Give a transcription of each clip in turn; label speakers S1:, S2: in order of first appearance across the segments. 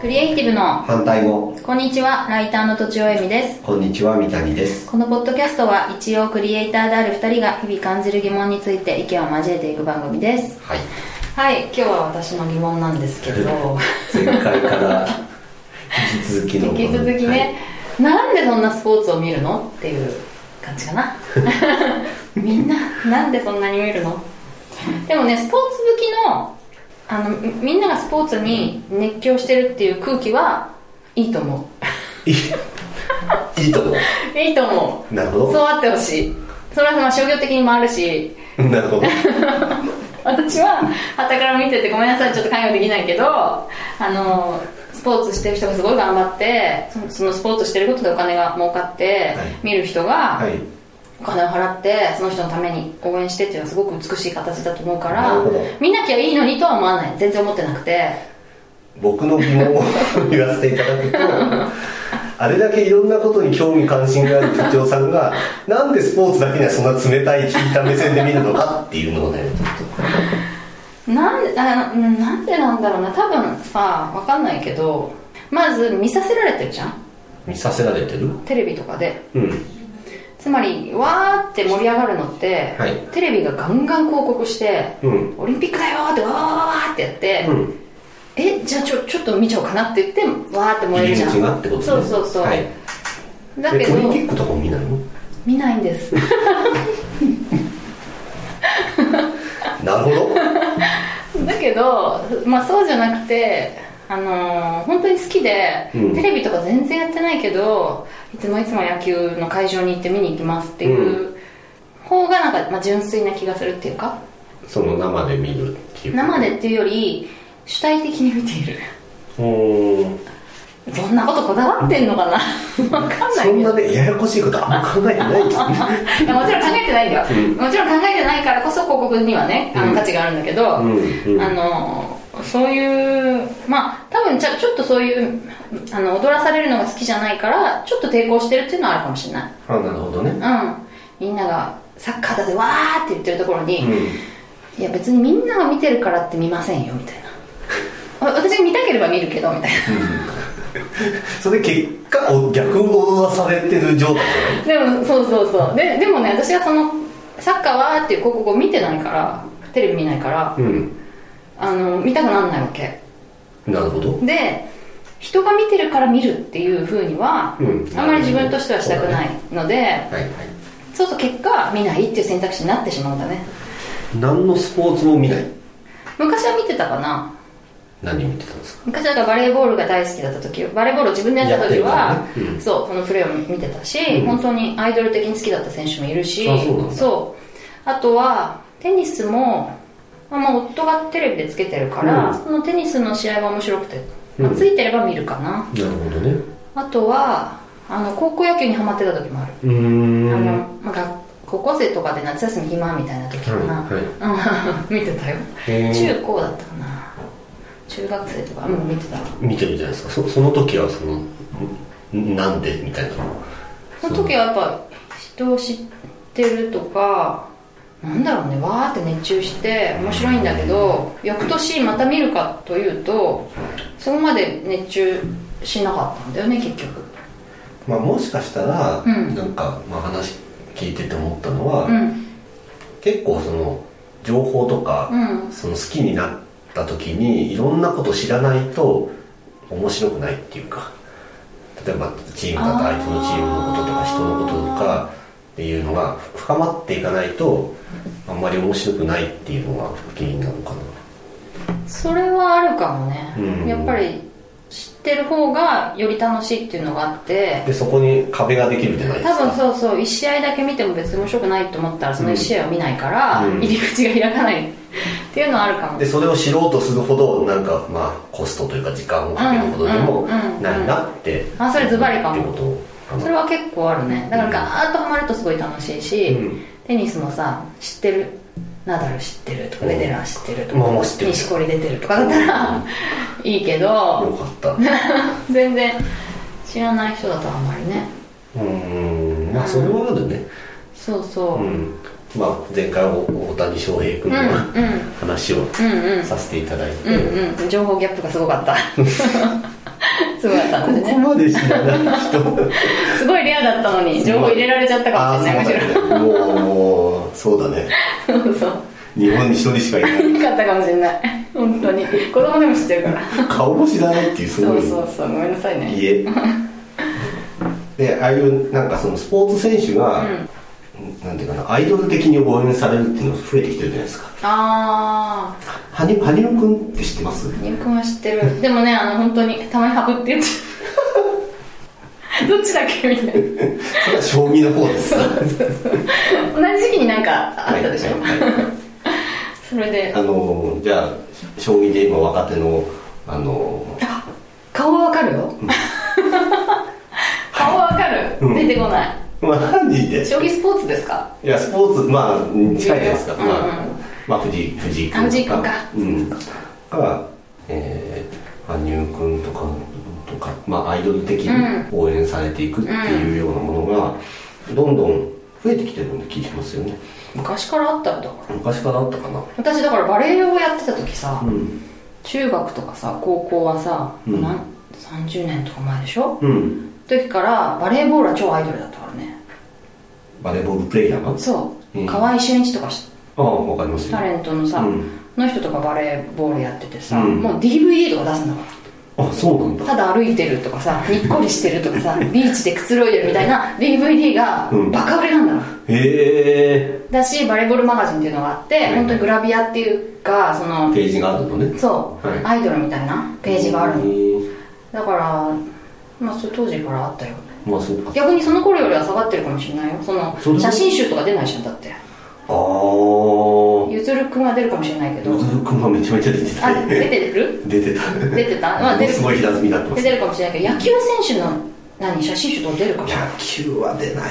S1: ティブの
S2: 反対語
S1: こんにちはライターのとちおえみです
S2: こんにちは三谷です
S1: このポッドキャストは一応クリエイターである2人が日々感じる疑問について意見を交えていく番組です
S2: はい
S1: はい今日は私の疑問なんですけど
S2: 前回から引き続きの
S1: 引き続きね、なんでそんなスポーツを見るのっていう感じか なみんななんでそんなに見るのでもねスポーツ好きのあのみみんながスポーツに熱狂してるっていう空気はいいと思
S2: はいいいいいと思
S1: う いいと思
S2: うなるほ
S1: うそうあってほしいそれはまあ商業的にもあるし
S2: どなるほど
S1: 私は傍から見ててごめんなさいちょっと関与できないけどあのスポーツしてる人がすごい頑張ってそのそのスポーツしてることでお金が儲かって、
S2: はい
S1: 見る人が、
S2: はい
S1: お金を払ってその人のために応援してっていうのはすごく美しい形だと思うか
S2: な
S1: ら
S2: るほど
S1: 見なきゃいいのにとは思わない全然思ってなくて
S2: 僕の疑問を言わせていただくとあれだけいろんなことに興味関心がある部長さんがなんでスポーツだけにはそんな冷たい引いた目線で見るのかっていうのをねちょっ
S1: なんであうんなんでなんだろうな多分さ分かんないけどまず見させられてるじゃん
S2: と見させられてる
S1: テレビとかで
S2: うん
S1: つまりわーって盛り上がるのって、
S2: はい
S1: テレビがガンガン広告して
S2: うん
S1: オリンピックだよーってわーわーってやって、
S2: うん
S1: えじゃあちょちょっと見ちゃおうかなって言ってわーって燃えるじゃん
S2: 入り口がってことね
S1: そうそうそう、
S2: はい
S1: だけ
S2: え
S1: ど
S2: オリンピックとかも見ないの
S1: 見ないん です
S2: なるほど
S1: だけど、まあ、そうじゃなくて、あのー本当に好きで、
S2: うん
S1: テレビとか全然やってないけどいつもいつも野球の会場に行って見に行きますっていう方がなんか、まあ、純粋な気がするっていうか
S2: その生で見るっていう
S1: 生でっていうより主体的に見ている
S2: うーん
S1: そんなことこだわってんのかな わかんない
S2: そん
S1: け
S2: な
S1: ど
S2: ねややこしいことあんま考えてない
S1: いやもちろん考えてないんだよ、
S2: うん
S1: もちろん考えてないからこそ広告にはねあ
S2: う
S1: の
S2: ん
S1: 価値があるんだけど、
S2: うんうん
S1: あのそういうまあ多分ちょちょっとそういうあの踊らされるのが好きじゃないからちょっと抵抗してるっていうのはあるかもしれない
S2: あなるほどね
S1: うんみんながサッカーだぜわーって言ってるところに、
S2: うん
S1: いや別にみんなが見てるからって見ませんよみたいなわ 私が見たければ見るけどみたい
S2: それ結果お逆を踊らされてる状態
S1: なでもそうそうそうででもね私はそのサッカーはーっていう広告を見てないからテレビ見ないから
S2: じゃないうん
S1: あの見たくなんないわけ
S2: なるほど
S1: で人が見てるから見るっていうふうには、
S2: うん
S1: あんまり自分としてはしたくないので、
S2: はいはい
S1: そうすると結果見ないっていう選択肢になってしまうんだね
S2: 何のスポーツも見ない
S1: 昔は見てたかな
S2: 何を見てたんですか
S1: 昔だからバレーボールが大好きだった時バレーボールを自分でやった時
S2: や
S1: は
S2: ってるからねうん
S1: そうそのプレーを見てたし、
S2: うん
S1: 本当にアイドル的に好きだった選手もいるし
S2: あそうなんだ
S1: そうあとはテニスも、まあ、まあ夫がテレビでつけてるから、
S2: うん
S1: そのテニスの試合が面白くて、まあ
S2: うん
S1: ついてれば見るかな、
S2: なるほどね
S1: あとはあの高校野球にハマってた時もある、
S2: うーん
S1: あのまあが高校生とかで夏休み暇みたいな時かな、
S2: はい
S1: うん 見てたよ
S2: へー
S1: 中高だったかな中学生とかうん見てた
S2: 見てるじゃないですかそその時はそのんなんでみたいな
S1: その時はやっぱ人を知ってるとかなんだろうねわーって熱中して面白いんだけど翌年また見るかというとそこまで熱中しなかったんだよね結局
S2: まあもしかしたら、
S1: うん
S2: なんか、まあ、話聞いてて思ったのは、
S1: うん
S2: 結構その情報とか、
S1: うん
S2: その好きになった時にいろんなこと知らないと面白くないっていうか例えばチームだと相手のチームのこととか人のこととかっていうのが深まっていかないとあんまり面白くないっていうのが原因なのかな
S1: それはあるかもね、
S2: うん
S1: やっぱり知ってる方がより楽しいっていうのがあって
S2: でそこに壁ができるじゃないです
S1: 多
S2: か
S1: 分そうそう1試合だけ見ても別に面白くないと思ったらその1試合を見ないから
S2: うん
S1: 入り口が開かないっていうのはあるかも、
S2: でそれを知ろうとするほどなんかまあコストというか時間をかけるほどでも
S1: うんうんうん
S2: ないなって
S1: あそれズバリかも
S2: ってことかな
S1: それは結構あるねだからガーッとハマるとすごい楽しいし、
S2: うん
S1: テニスもさ知ってるナダル知ってるとか
S2: うん
S1: フェデラー知ってると
S2: まあも
S1: か
S2: う知ってる
S1: 錦織出てるとかだったらいいけど
S2: よかった
S1: 全然知らない人だとあんまりね
S2: うんまあそれはあるね
S1: そうそう、
S2: う
S1: うん、
S2: んまあ前回は大谷翔平君
S1: うん
S2: の
S1: うん
S2: 話を
S1: うんうん
S2: させていただいて
S1: うんうん情報ギャップがすごかったすごいだったんで
S2: ここ
S1: ね
S2: まで知らない人
S1: すごいレアだったのに情報入れられちゃったかもしれないむし
S2: あーそうだねもうもうそうだね
S1: ろそうそう
S2: 日本に一人しかいない
S1: よかったかもしれない本当に子供でも知ってるから
S2: 顔も知らないっていうす
S1: そ
S2: ご
S1: う
S2: い
S1: そうそうごめんなさいね
S2: 家でああいうなんかそのスポーツ選手が、
S1: うん
S2: なんていうかなアイドル的に応援されるっていうのが増えてきてるじゃないですか
S1: ああ
S2: 羽生羽生君って知ってます
S1: ニュー君は知ってるでもねあの本当にたまにハブって言っちゃうどっちだっけみたいな
S2: それは将棋の方です
S1: そうそうそう同じ時期になんかあったでしょ、
S2: はいはいはい
S1: それで
S2: あのーじゃあ将棋で今若手のあのー
S1: あ顔はわかるよ顔はわかる、
S2: うん
S1: 出てこない
S2: マジで
S1: 将棋スポーツですか
S2: いやスポーツまあ近いじゃないですか、
S1: うんうん
S2: まあ、まあ藤井藤井
S1: あ藤井
S2: 君
S1: 君
S2: と
S1: か
S2: かうんが、えー、羽生君とかとか、まあ、アイドル的に応援されていくっていうようなものが、どんどん増えてきてるので聞いてますよね
S1: 昔からあったんだから
S2: 昔からあったかな
S1: 私だからバレエをやってた時さ、
S2: うん
S1: 中学とかさ高校はさ、
S2: うん
S1: なん30年とか前でしょ
S2: うん
S1: 時からバレーボールは超アイドルだったからね
S2: バレーボールプレイヤーが
S1: そう、
S2: うん
S1: 河合俊一とかし
S2: ああわかりますよ
S1: タレントのさ、
S2: うん
S1: の人とかバレーボールやっててさ、
S2: うん
S1: もう DVD とか出すんだから
S2: あそうなんだ
S1: ただ歩いてるとかさにっこりしてるとか さビーチでくつろいでるみたいな DVD が
S2: うん
S1: バカ売れなんだろ
S2: へ
S1: だしバレーボールマガジンっていうのがあって、
S2: いはい
S1: 本当にグラビアっていうかそ
S2: え
S1: の
S2: ページがあるのね
S1: そう、
S2: はい
S1: アイドルみたいなページがあるの
S2: の
S1: だからまあそれ当時からあったよ
S2: まあそうか
S1: 逆にその頃よりは下がってるかもしれないよその
S2: そうだ
S1: 写真
S2: ね
S1: 集とか出ないじゃんだって
S2: ああ
S1: ゆずるくんは出るかもしれないけど
S2: ゆずるくんはめちゃめちゃ出てた
S1: あ
S2: ね
S1: 出てる
S2: 出てた
S1: 出て たまあ
S2: も
S1: 出
S2: の
S1: る
S2: すごい平積みになってま
S1: 出
S2: す
S1: てるかもしれないけど野球選手の何写真集とか出るかもしれない
S2: 野球は出ないね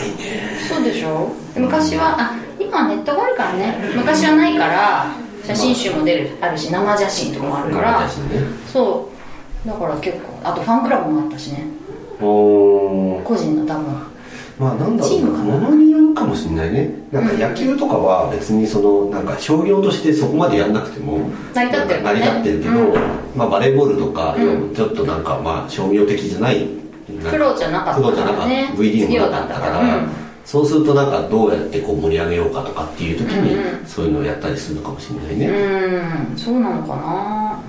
S1: そうでしょ昔はあ今はネットがあるからね昔はないから写真集も出るあるし生写真とかもあるから
S2: 私ね
S1: そうだから結構あとファンクラブもあったしね
S2: おー
S1: 個人の多分
S2: まあなんだろ
S1: チー
S2: う
S1: ムかな
S2: ものによるかもしれないねなんか野球とかは別にそのなんか商業としてそこまでやんなくても
S1: 成り立ってる
S2: なんか成り立ってるけど、
S1: うん
S2: まあ、バレーボールとか、
S1: う
S2: ちょっとなんかまあ商業的じゃないなんか
S1: プロじゃなかった
S2: プロじゃなかった
S1: ね
S2: V リーグもなかったから、
S1: 企業だったからうん
S2: そうするとなんかどうやってこう盛り上げようかとかっていう時に、
S1: うんうん
S2: そういうのをやったりするのかもしれないうね、
S1: ーんそうなのかな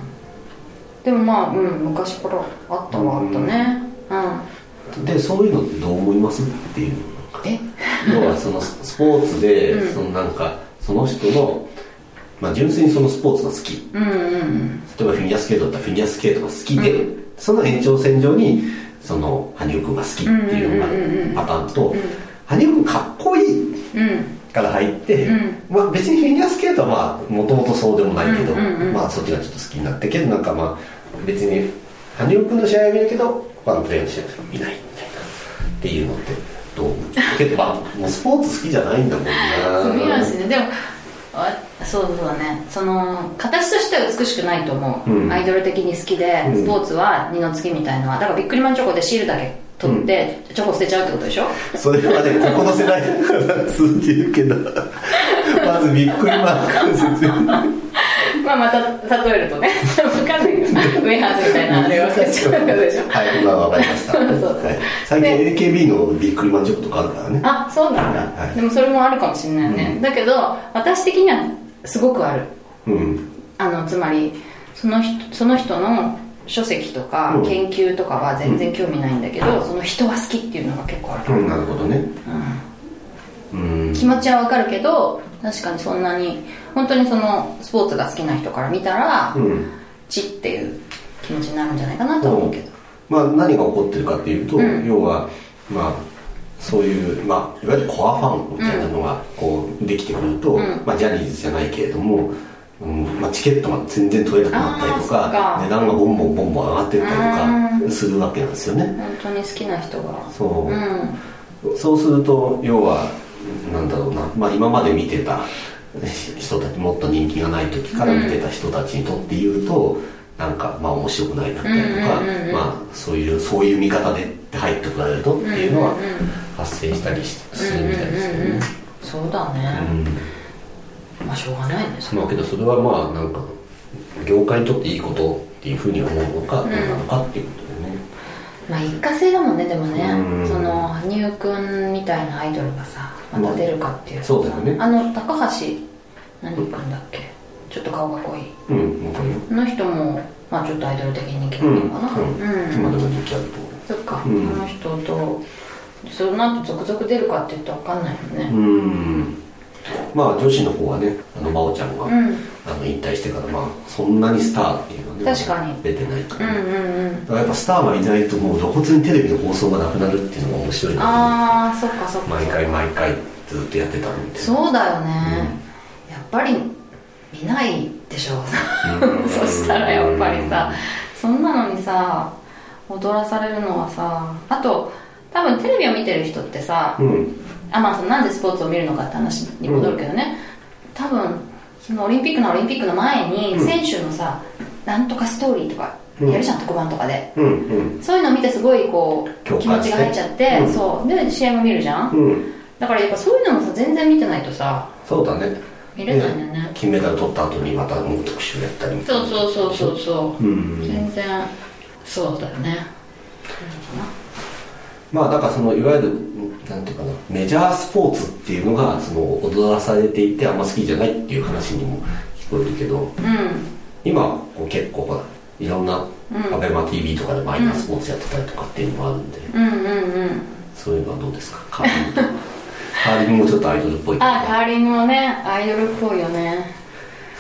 S1: でもまあうん昔からあったはあったねうん
S2: でそういうのってどう思いますっていう
S1: え
S2: 要はそのススポーツで、
S1: うん
S2: そのなんかその人の、まあ、純粋にそのスポーツが好き例
S1: うんうん
S2: えばフィギュアスケートだったらフィギュアスケートが好きで、その延長線上にその羽生君が好きっていうのがパターンと、
S1: うん
S2: 羽生君かっこいい
S1: うんうん
S2: から入って、
S1: うん
S2: まあ、別にフィギュアスケートはもともとそうでもないけど、
S1: うんうんうん
S2: まあ、そっちがちょっと好きになったけどなんかまあ別に羽生君の試合は見るけどファンプレーの試合は見ないみたいなっていうのってどう思うけどまあもうスポーツ好きじゃないんだもんな
S1: そう見ないしねでもあそうそうだねその形としては美しくないと思う、
S2: うん
S1: アイドル的に好きで、
S2: うん
S1: スポーツは二の次みたいのはだからビックリマンチョコでシールだけ取って、チョコ捨てちゃうってことでしょ
S2: それはねここの世代から続いてる けどまずびっくりマーク説明
S1: まあまた例えるとね分かんないけどウェハースみたいなあれを捨て ちゃうってことでしょ
S2: はい今わかりました
S1: そうそう
S2: はい最近 AKB のびっくりマンチョコとかあるからね
S1: あそうなんだ、
S2: はい
S1: でもそれもあるかもしれないね、だけど私的にはすごくある
S2: うん
S1: あのつまりその人その人の書籍とか
S2: うん
S1: 研究とかは全然興味ないんだけど、その人は好きっていうのが結構ある、
S2: うんなるほどね
S1: うん
S2: うん
S1: 気持ちはわかるけど確かにそんなに本当にそのスポーツが好きな人から見たら、
S2: うん
S1: チっていう気持ちになるんじゃないかなとは思うけど
S2: まあ、何が起こってるかっていうと、
S1: うん
S2: 要は、まあ、そういう、まあ、いわゆるコアファンみたいなのがこうできてくると、
S1: うん
S2: まあ、ジャニーズじゃないけれども、うんまあ、チケットが全然取れなくなったりと
S1: あーそ
S2: か
S1: っか
S2: 値段がボンボンボンボン上がってったりと
S1: うん
S2: かするわけなんですよね。
S1: 本当に好きな人が
S2: そう
S1: うん
S2: そうすると要はなんだろうな、まあ、今まで見てた人たちもっと人気がない時から見てた人たちにとって言うと、なんかまあ面白くないだったりとか、
S1: うんうんうんうん
S2: まあ、そういうそういう見方で入ってこられるとっていうのは
S1: うんうんうん
S2: 発生したりしす
S1: うん
S2: る
S1: うん
S2: みたいですよ
S1: うんう
S2: ね
S1: ん。そうだ
S2: う
S1: ね、
S2: ん
S1: まあしょうがないねそ
S2: まあけどそれはまあなんか業界にとっていいことっていうふうに思うのかどうなのかっていうことだよね。
S1: まあ一過性だもんねでもね
S2: うん
S1: その羽生くんみたいなアイドルがさまた出るかっていう、
S2: まあそうだよね
S1: あの高橋何くんだっけちょっと顔が濃い
S2: うんわかるよ
S1: あの人もまあちょっとアイドル的人気なのかな
S2: うん
S1: うん、
S2: 今でも人気あると思う
S1: そっか、
S2: うん
S1: あの人とその後続々出るかって言ったら分かんないもんね
S2: うんまあ女子の方はねあの真央ちゃんが、
S1: うん、うん、
S2: あの引退してからまあそんなにスターっていうのはね
S1: 確かに
S2: 出てないから、ね
S1: うんうんうん
S2: だからやっぱスターがいないともう露骨にテレビの放送がなくなるっていうのが面白いな
S1: ああそっかそっか
S2: 毎回毎回ずっとやってたんで
S1: そうだよね、やっぱり見ないでしょ そしたらやっぱりさそんなのにさ踊らされるのはさあと多分テレビを見てる人ってさ、
S2: うん
S1: あまあそのなんでスポーツを見るのかって話に戻るけどね、多分そのオリンピックのオリンピックの前に
S2: うん
S1: 選手のさ、なんとかストーリーとか
S2: うん
S1: やるじゃん、特番とかで
S2: うんうん
S1: そういうのを見てすごいこう気持
S2: 共
S1: ちが
S2: 感して
S1: 入っちゃって、
S2: うん
S1: そうで試合も見るじゃん、
S2: うん
S1: だからやっぱそういうのもさ全然見てないとさ
S2: そうだね
S1: 見れないんだよね
S2: 金メダル取った後にまたもう特集やったり
S1: そうそうそうそうそう、
S2: うん
S1: 全然そうだよね
S2: まあだからそのいわゆるなんていうかなメジャースポーツっていうのがその踊らされていてあんま好きじゃないっていう話にも聞こえるけど
S1: うん
S2: 今こう結構ほらいろんな
S1: うん
S2: アベマ t v とかでマイナースポーツやってたりとかっていうのもあるんで、
S1: うんうんうん
S2: そういうのはどうですかカーリングとかカーリングもちょっとアイドルっぽい
S1: あカーリングもねアイドルっぽいよね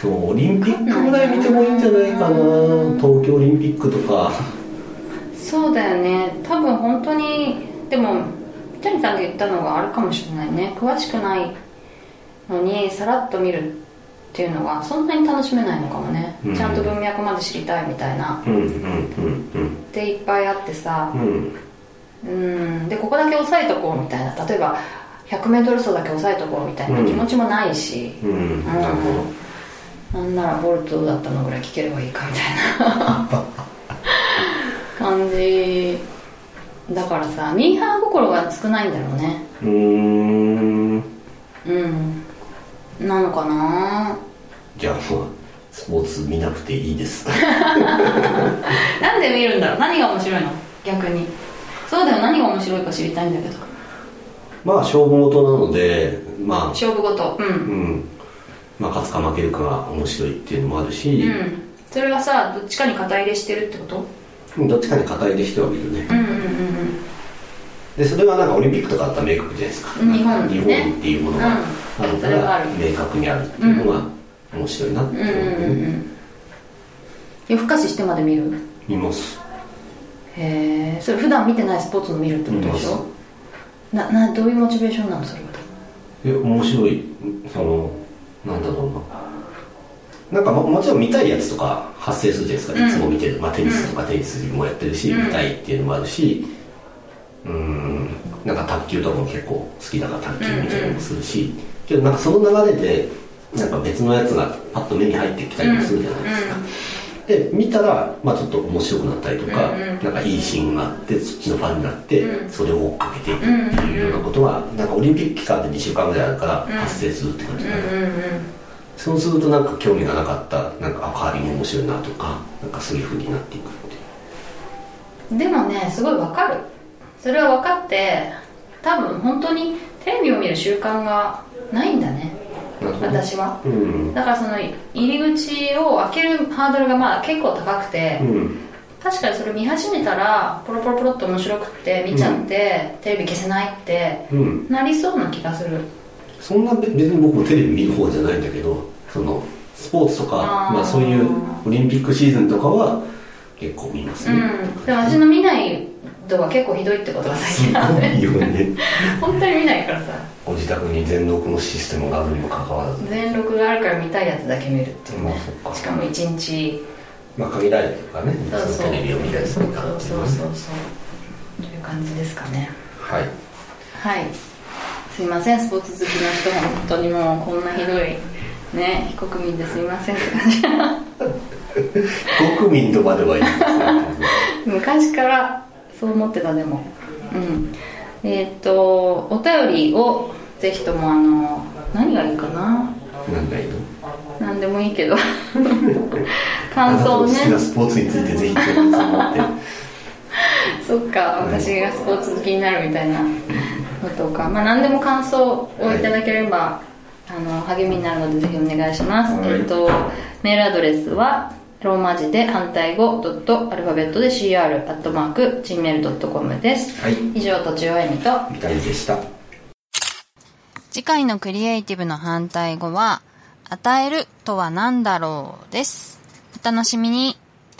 S2: そうオリンピックぐらい見てもいいんじゃないかな
S1: うん
S2: 東京オリンピックとか
S1: そうだよね多分本当にでもジャニーさんが言ったのがあるかもしれないね詳しくないのにさらっと見るっていうのがそんなに楽しめないのかもね、
S2: うん
S1: ちゃんと文脈まで知りたいみたいな
S2: うんうんうん
S1: でいっぱいあってさ
S2: うんうん
S1: うんでここだけ押さえとこうみたいな例えば 100m 走だけ押さえとこうみたいな気持ちもないし、
S2: うんなるほど
S1: なんならボルトだったのぐらい聞ければいいかみたいな 感じだからさミーハー心が少ないんだろうね
S2: うーん
S1: うんなのかな
S2: じゃあもうスポーツ見なくていいです
S1: なんで見るんだろう何が面白いの逆にそうだよ何が面白いか知りたいんだけど
S2: まあ勝負事なのでまあ
S1: 勝負事う
S2: うんんまあ勝つか負けるかが面白いっていうのもある
S1: う
S2: し、
S1: んそれはさどっちかに肩入れしてるってこと
S2: どっちかに偏りしてはいるね
S1: うんうんうん
S2: でそれがなんかオリンピックとかあったら明確じゃないですか
S1: うん日本
S2: 日
S1: ね
S2: 本っていうものがあるか
S1: それはあ
S2: ら
S1: る
S2: 明確にあるっていうのが面白いなって
S1: うんうんうんうんう
S2: 思って
S1: ん夜更かししてまで見る
S2: 見ます
S1: へえそれ普段見てないスポーツの見るってことでし
S2: 見
S1: ょななどういうモチベーションなのそれは
S2: え面白いそのなんだろうななんかももちろん見たいやつとか発生するじゃないですか、
S1: うん
S2: いつも見てる、まあ、テニスとかテニスもやってるし、
S1: うん
S2: 見たいっていうのもあるしうんなんか卓球とかも結構好きだから卓球見たりもするし、けどなんかその流れでなんか別のやつがパッと目に入ってきたりもするじゃないですか、で見たら、まあ、ちょっと面白くなったりとか、
S1: うんうん
S2: なんかいいシーンがあってそっちのファンになって、
S1: うん
S2: それを追っかけていくっていうようなことは、なんかオリンピック期間で2週間ぐらいあるから
S1: うん
S2: 発生するって感じかな、
S1: うんうんうん
S2: そうするとなんか興味がなかったなんかあカーリング面白いなとかなんかそういうふうになっていくっていう
S1: でもねすごいわかるそれは分かって多分本当にテレビを見る習慣がないんだね
S2: なるほどね
S1: 私は
S2: うん
S1: だからその入り口を開けるハードルがまあ結構高くて、
S2: うん
S1: 確かにそれ見始めたらポロポロポロっと面白くって見ちゃって、テレビ消せないって
S2: うん
S1: なりそうな気がする
S2: そんな別に僕もテレビ見る方じゃないんだけどそのスポーツとか
S1: あー
S2: まあ、そういうオリンピックシーズンとかは結構見ます
S1: う
S2: ね、
S1: んでも私の見ない度が結構ひどいってことが
S2: す
S1: 最近ある
S2: ごいよね
S1: 本当に見ないからさ
S2: ご自宅に全録のシステムがあるにもかかわらず、
S1: 全録があるから見たいやつだけ見るっていうね
S2: まあそっか
S1: しかも1日
S2: まあ、限られてるからね
S1: そうそう
S2: そのテレビを見たりするからってい
S1: そうう
S2: の
S1: そ
S2: は
S1: うそう
S2: ね
S1: そうという感じですかね
S2: はい
S1: はいすいませんスポーツ好きの人本当にもうこんなひどいね非国民ですいませんって 感じ
S2: 国民とま ではいい
S1: 昔からそう思ってたでもうんえっ、とお便りをぜひともあの何がいいかな
S2: なんかいいの
S1: 何でもいい けど感想を
S2: あなたの好きな
S1: ね
S2: スポーツについてぜひ興味を持って
S1: そっか私がスポーツ好きになるみたいなのとか、まあ、何でも感想をいただければ、あの励みになるのでぜひお願いします、
S2: はい
S1: えっとメールアドレスはローマ字で反対語ドットアルファベットで CR アットマーク Gmail.com です、
S2: はい
S1: 以上とちおえみと
S2: みたいでした
S1: 次回のクリエイティブの反対語は、与えるとは何だろうです。お楽しみに。